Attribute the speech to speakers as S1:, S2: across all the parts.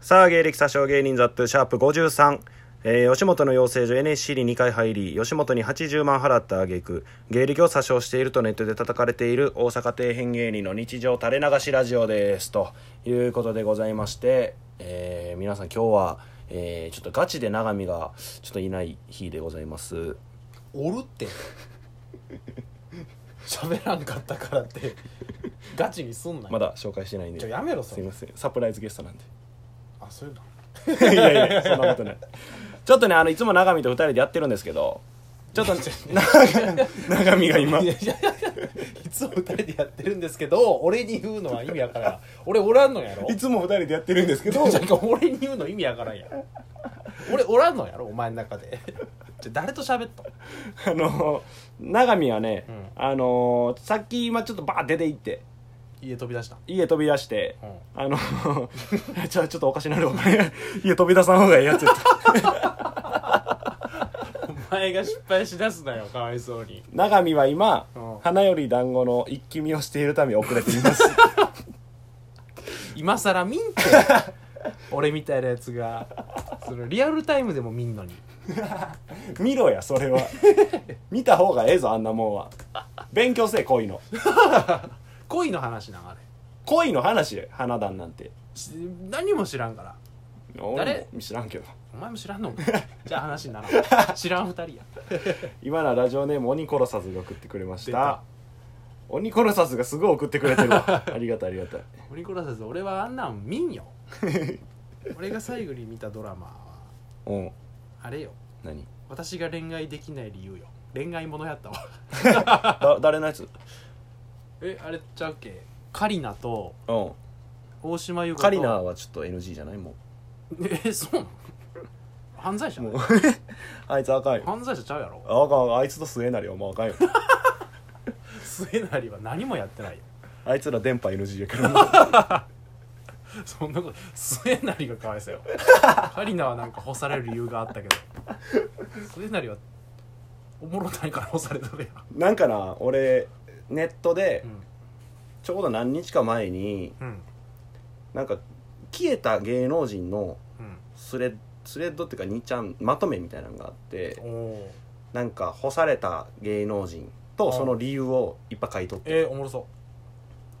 S1: さあ、芸歴詐称芸人ザップ、シャープ53。えー吉本の養成所 NSC に2回入り、吉本に80万払った挙句、芸歴を詐称しているとネットで叩かれている大阪底辺芸人の日常垂れ流しラジオです。ということでございまして、えー皆さん今日は、えーちょっとガチで永見がちょっといない日でございます。
S2: おるって 喋らんかったからってガチにすんなよ
S1: まだ紹介してないんで。
S2: ちょやめろそ
S1: すい
S2: れ
S1: ません。サプライズゲストなんで。
S2: あそういうの
S1: いやいや、そんなことない。ちょっとね、あの、いつも永見と二人でやってるんですけど、ちょっと、 な永見が今、
S2: いやいやいやいつも二人でやってるんですけど俺に言うのは意味やからん俺おらんのやろ
S1: いつも二人でやってるんですけど、
S2: じゃあ俺に言うの意味やからんやん俺おらんのやろお前の中でじゃあ誰と喋っと
S1: あの、永見はね、
S2: うん
S1: あの、さっき今ちょっとバーッ出て行って、
S2: 家飛び出した
S1: 家飛び出して、
S2: うん
S1: あの、 ちょ、ちょっとおかしなるわ、これ 家飛び出さん方がいいやつや った。
S2: お前が失敗しだすなよかわいそうに
S1: 永見は今、
S2: うん
S1: 花より団子の一気見をしているため遅れてい ます。
S2: 今更見んって俺みたいなやつがそのリアルタイムでも見んのに
S1: 見ろや、それは。見た方がええぞ、あんなもんは。勉強せえ、こういうの。
S2: 恋の話なあれ
S1: 恋の話よ花壇なんて
S2: し何も知らんから
S1: 俺も知らんけど
S2: お前も知ら んのかじゃあ話にならん知らん二人や
S1: 今のラジオネーム鬼殺さずが送ってくれまし
S2: 出
S1: た
S2: た
S1: 鬼殺さずがすごい送ってくれてる わありがたいありがたい
S2: オニコラサス俺はあんなん見んよ俺が最後に見たドラマは
S1: うん
S2: あれよ
S1: 何
S2: 私が恋愛できない理由よ恋愛ものやったわ
S1: だ誰のやつ
S2: えあれちゃうっけカリナと
S1: うん
S2: 大島優香と
S1: カリナはちょっと NG じゃないも
S2: えそうなの犯罪者
S1: うもうあいつあかんよ
S2: 犯罪者ちゃうやろ
S1: あかんあいつと末成はもうあ かんよ
S2: 末成は何もやってないよ
S1: あいつら電波 NG やからもう
S2: そんなこと末成がかわいそうよカリナはなんか干される理由があったけど末成はおもろないから干されとるや
S1: なんかな俺ネットで
S2: ん
S1: ちょうど何日か前に
S2: うん
S1: なんか消えた芸能人の
S2: うん
S1: スレッスレッドっていうか2ちゃんまとめみたいなのがあって
S2: おお
S1: なんか干された芸能人とその理由をいっぱい書いとって
S2: えー、おもろそ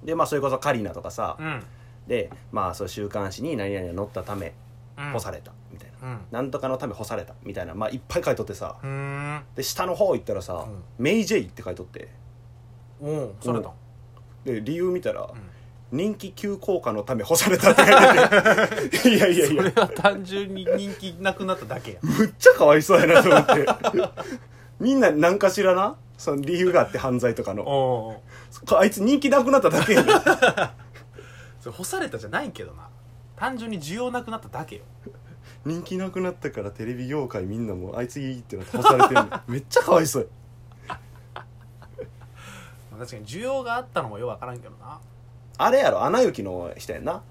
S1: でまあそれこそカリナとかさ
S2: ううん
S1: でまあそう週刊誌に何々が載ったため
S2: うん
S1: 干されたみたいな
S2: うん
S1: なんとかのため干されたみたいなまあいっぱい書いとってさ
S2: うーん
S1: で下の方行ったらさ
S2: うん
S1: 「メイ・ジェイ」って書いとって
S2: おおされたん
S1: で理由見たら
S2: ん
S1: 「人気急降下のため干された」って書いて ていやいやい
S2: それ
S1: や
S2: は単純に人気なくなっただけや
S1: むっちゃかわいそうやなと思ってみんな何かしらなその理由があって犯罪とかの
S2: おお
S1: あいつ人気なくなっただけやん
S2: それ干されたじゃないけどな単純に需要なくなっただけよ
S1: 人気なくなったからテレビ業界みんなもうあいついいってなって干されてる のめっちゃかわいそう
S2: まあ確かに需要があったのもよくわからんけどな
S1: あれやろ穴雪の人やんな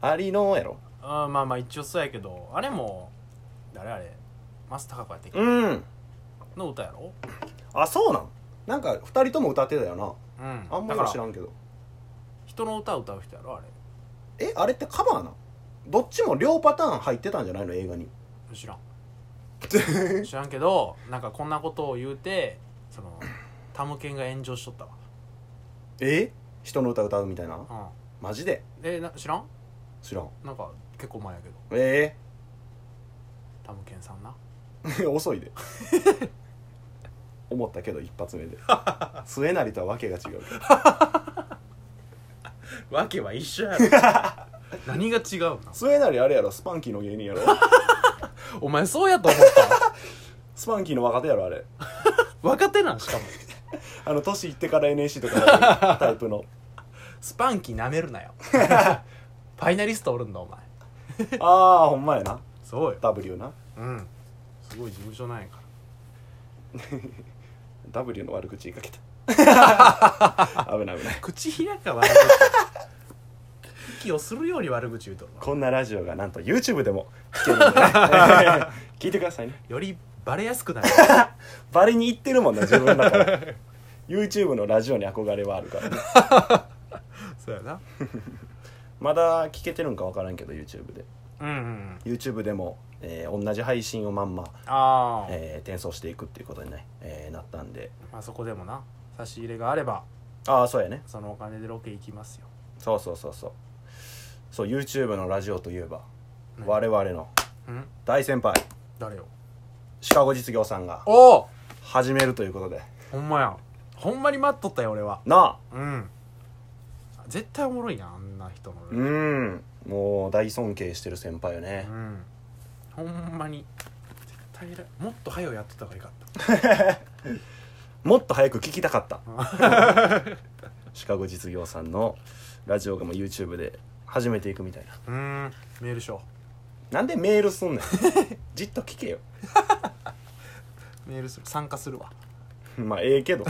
S1: ありのやろ
S2: あーまあまあ一応そうやけどあれも誰あれマス高子やって
S1: うん
S2: の歌やろ
S1: あそうなんなんか2人とも歌ってたよな
S2: うん
S1: あんま
S2: だ
S1: り
S2: から
S1: 知らんけど
S2: 人の歌を歌う人やろあれ
S1: えあれってカバーなんどっちも両パターン入ってたんじゃないの映画に
S2: 知ら ん知らんけどなんかこんなことを言うてそのタムケンが炎上しとった
S1: え人の歌歌うみたいな
S2: わ
S1: マジで
S2: うんえな知らん
S1: 知らん
S2: なんか結構前やけど
S1: え
S2: タムケンさんな
S1: え 遅いで思ったけど一発 目で末成とはわけが違うから
S2: わけは一緒やろ 何が違うの
S1: 末成あれやろスパンキーの芸人 やろ
S2: お前そうやと思った
S1: スパンキーの若手やろあれ
S2: 若手なんしかも
S1: あの年いってから NSC とかやるタイプ の
S2: スパンキーなめる なよファイナリストおるんだお前
S1: ああほんまやな
S2: そうよ
S1: W な
S2: うんすごい事務所なんやから
S1: W の悪口言いかけた 危ない危ない
S2: 口開か悪口息をするように悪口言うとるわ
S1: こんなラジオがなんと YouTube でも聞けるんでね 聞いてくださいね
S2: よりバレやすくなる
S1: バリに言ってるもんな自分だから YouTube のラジオに憧れはあるからね
S2: そうやな
S1: まだ聞けてるんか分からんけど YouTube で
S2: うんうん
S1: YouTube でも、えー同じ配信をまんま、
S2: ああ、
S1: えー転送していくっていうことに、ねえーなったんで
S2: まあそこでもな差し入れがあれば
S1: ああそうやね
S2: そのお金でロケ行きますよ
S1: そうそうそうそうそう YouTube のラジオといえば、
S2: ね
S1: 我々の
S2: うん
S1: 大先輩
S2: 誰よ
S1: シカゴ実業さんが
S2: おお
S1: 始めるということで
S2: ほんまやんほんまに待っとったよ俺は
S1: なあ
S2: うん絶対おもろいやんあんな人の
S1: う
S2: うん
S1: んもう大尊敬してる先輩よね、
S2: ほんまに絶対偉いもっと早うやっとった方がよかった
S1: もっと早く聞きたかった シカゴ実業さんのラジオがもう YouTube で始めていくみたいな
S2: うんメールしよ
S1: なんでメールす んねんじっと聞けよ
S2: うメールする参加するわ
S1: まあええけど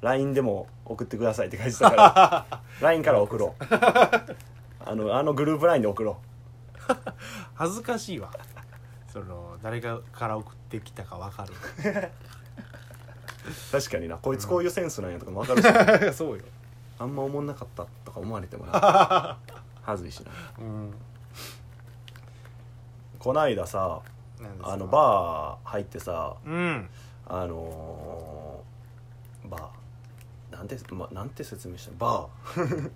S1: LINE でも送ってくださいって感じだから LINE から送 ろうあのあのグループ LINE で送ろ
S2: 恥ずかしいわその誰がから送ってきたか分かる
S1: う確かになこいつこういうセンスなんやとかも 分かるし
S2: そうよ
S1: あんま思んなかったとか思われてもな はずいしな
S2: うん
S1: こないださ
S2: なんですか
S1: あのバー入ってさ
S2: うん
S1: あのーバーなんて、ま、なんて説明したのバー
S2: うん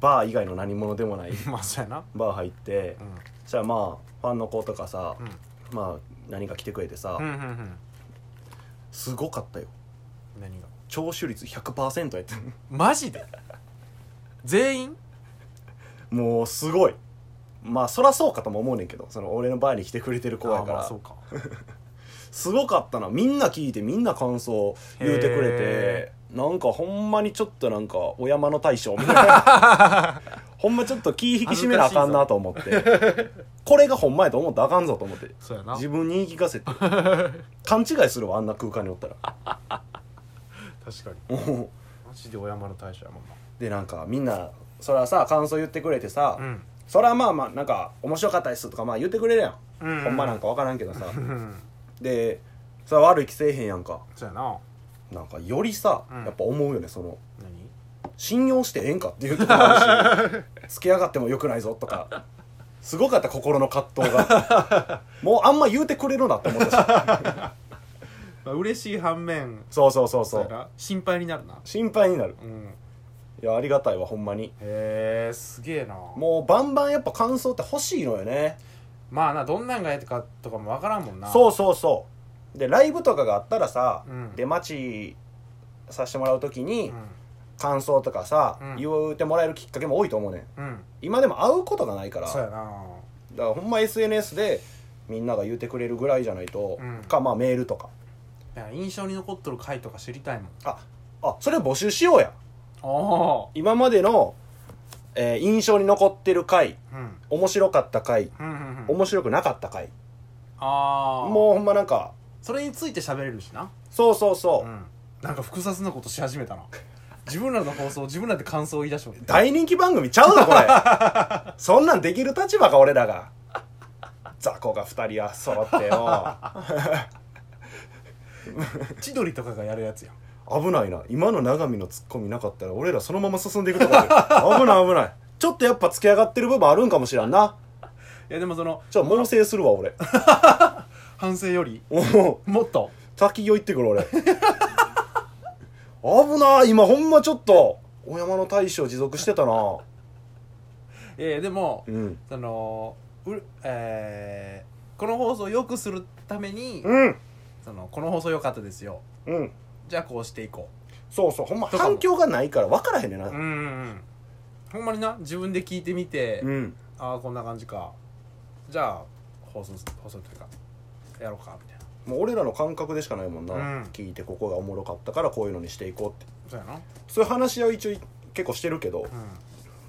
S1: バー以外の何者でもない
S2: まあそうやな
S1: バー入って
S2: うん
S1: そしたらまあファンの子とかさ、
S2: うん
S1: まあ何か来てくれてさ、
S2: うんうんうん
S1: すごかったよ
S2: 何が
S1: 聴取率100%やって
S2: マジで全員
S1: もうすごいまあそらそうかとも思うねんけどその俺のバーに来てくれてる子やか
S2: あま
S1: ら
S2: あそうか
S1: すごかったなみんな聞いてみんな感想言うてくれて
S2: へ
S1: なんかほんまにちょっとなんかお山の大将みたいな ほんまちょっと気引き締めなあかんなと思ってこれがほんまやと思ったらあかんぞと思って
S2: そうやな
S1: 自分に言い聞か せて勘違いするわあんな空間におったら
S2: 確かに
S1: うん
S2: マジでお山の大将やもんな
S1: でなんかみんなそらさ感想言ってくれてさ、
S2: うん
S1: そらまあまあなんか面白かったですとかまあ言ってくれるやん、
S2: うんうん
S1: ほんまなんかわからんけどさ
S2: うん
S1: でそれは悪い気せえへんやんか
S2: そうやな
S1: なんかよりさ、
S2: うん
S1: やっぱ思うよねその
S2: 何
S1: 信用してええんかっていうとこもある し付き上がってもよくないぞとかすごかった心の葛藤が もうあんま言うてくれるなって思ったし
S2: まあ嬉しい反面
S1: そうそうそう
S2: そ
S1: そう
S2: や
S1: う
S2: な心配になるな
S1: 心配になる
S2: うん
S1: いやありがたいわほんまに
S2: へえすげえな
S1: もうバンバンやっぱ感想って欲しいのよね
S2: まあなどんなんがええかとかもわからんもんな
S1: そうそうそうでライブとかがあったらさ、
S2: うん
S1: 出待ちさせてもらう時に
S2: うん
S1: 感想とかさ、
S2: うん
S1: 言うてもらえるきっかけも多いと思うねん
S2: うん
S1: 今でも会うことがないから
S2: そうや
S1: だ
S2: な
S1: からほんま SNS でみんなが言うてくれるぐらいじゃないと、
S2: うん
S1: かまあメールとか
S2: だから印象に残っとる回とか知りたいもん
S1: ああそれを募集しようや
S2: あ
S1: 今までの、えー印象に残ってる回
S2: あうん
S1: 面白かった回
S2: うんうんうん
S1: 面白くなかった回
S2: ああ
S1: もうほんまなんか
S2: それについて喋れるしな
S1: そうそうそう、
S2: んなんか複雑なことし始めたな 自分らの放送自分らで感想を言い出しもって
S1: 大人気番組ちゃうぞこれそんなんできる立場か俺らが雑魚が2人は揃ってよ
S2: 千鳥とかがやるやつやん
S1: 危ないな今の長見のツッコミなかったら俺らそのまま進んでいくとこだよ 危ない危ないちょっとやっぱ突き上がってる部分あるんかもしらんない
S2: やでもその
S1: ちょっと猛省するわ俺
S2: 反省より
S1: おお
S2: もっと
S1: 滝行行ってくる俺 危ない今ほんまちょっとお山の大将持続してたな
S2: えー、でも、
S1: うん
S2: そのうえーこの放送を良くするために、
S1: うん
S2: そのこの放送良かったですよ
S1: うん
S2: じゃあこうしていこ
S1: そうそうほんま
S2: とかも
S1: 反響がないから分からへんねんな
S2: ううんうんうんほんまにな自分で聞いてみて、
S1: うん
S2: ああこんな感じかじゃあ放送放送というかやろうかみたいな
S1: もう俺らの感覚でしかないもんな、
S2: うん
S1: 聞いてここがおもろかったからこういうのにしていこうって
S2: そうやな
S1: そういう話し合いは一応結構してるけど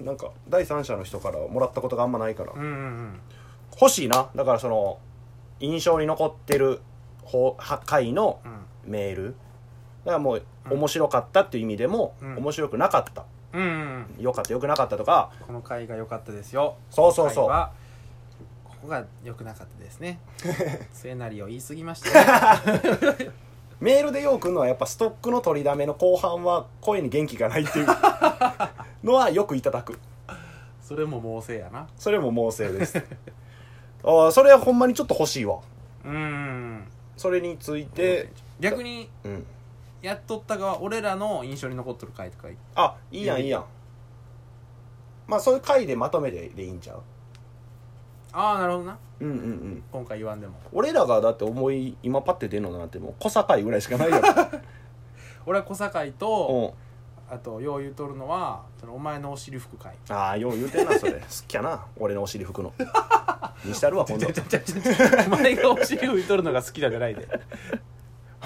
S1: なんか第三者の人からもらったことがあんまないから、
S2: うんうんうんうん
S1: 欲しいなだからその印象に残ってる方は回の
S2: うん
S1: メールだからもう
S2: うん
S1: 面白かったっていう意味でも、
S2: うん
S1: 面白くなかった
S2: うんうん、
S1: 良かった良くなかったとか
S2: この回が良かったですよ
S1: そうそうそう
S2: 今回はここが良くなかったです ね末成を言い過ぎましたね
S1: メールでようくんのはやっぱストックの取 りだめの後半は声に元気がないっていうのはよくいただく
S2: それも猛省やな
S1: それも猛省ですああそれはほんまにちょっと欲しいわ
S2: うーん
S1: それについて
S2: 逆に
S1: うん
S2: やっとった側俺らの印象に残っとる回とか
S1: あいいやんいいやんまあそういう回でまとめてでいいんちゃう
S2: ああなるほどな
S1: うんうんうん
S2: 今回言わんでも
S1: 俺らがだって思い今パッて出るのなんてもう小堺ぐらいしかない やろ
S2: 俺は小堺と
S1: うん
S2: あとよう言うとるのはそのお前のお尻拭く回
S1: ああよう言うてんなそ れ好きやな俺のお尻拭 くのにしたるわ今度
S2: ちょちょちょちょお前がお尻拭いとるのが好きだじゃないで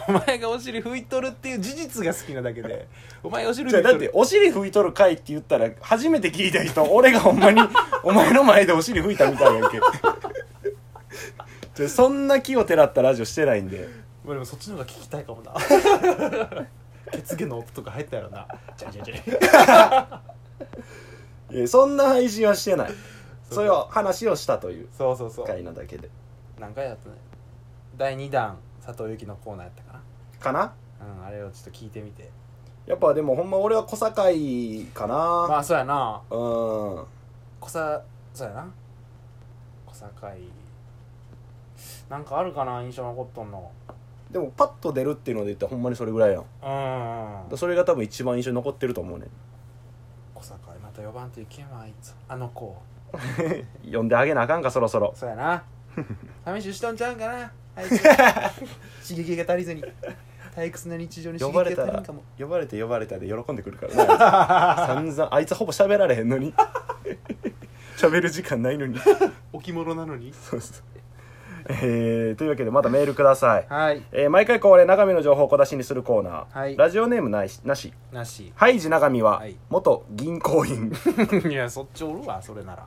S2: お前がお尻拭いとるっていう事実が好きなだけでお前がお尻
S1: じ
S2: 拭
S1: ゃ
S2: い
S1: だ
S2: と
S1: って
S2: る
S1: お尻拭いとる回って言ったら初めて聞いた人俺がほんま にお前の前でお尻拭いたみたいやんけじゃそんな気をてらったラジオしてないん で
S2: まあでもそっちの方が聞きたいかもな 血毛の音とか入ったやろなじゃじゃじゃ
S1: いやそんな配信はしてないそういう話をしたという
S2: そうそうそう
S1: 回なだけで
S2: 何回だったね第2弾佐藤由紀のコーナーやったか
S1: かな
S2: なうんあれをちょっと聞いてみて
S1: やっぱでもほんま俺は小堺かな、
S2: まあそうやな
S1: うん
S2: 小さそうやな小堺なんかあるかな印象残っとんの
S1: でもパッと出るっていうので言ったらほんまにそれぐらいやんだか
S2: うん
S1: らそれが多分一番印象に残ってると思うね
S2: 小堺また4番といけばあいつあの子
S1: ん呼んであげなあかんかそろそろ
S2: そうや な寂しいしとんちゃうんかなあ いつ刺激が足りずに退屈な日常に刺
S1: 呼ばれ
S2: 激
S1: た
S2: が足り
S1: ら
S2: んかも
S1: 呼ばれて呼ばれたで喜んでくるからね 散々あいつほぼ喋られへんのに 喋る時間ないのに
S2: 置物なのに
S1: そうそうえー、というわけでまたメールください、
S2: はい
S1: えー毎回恒例長見の情報を小出しにするコーナー、
S2: はい
S1: ラジオネームないしなし
S2: なし
S1: ハイジ長見は
S2: はい
S1: 元銀行員
S2: いやそっちおるわそれなら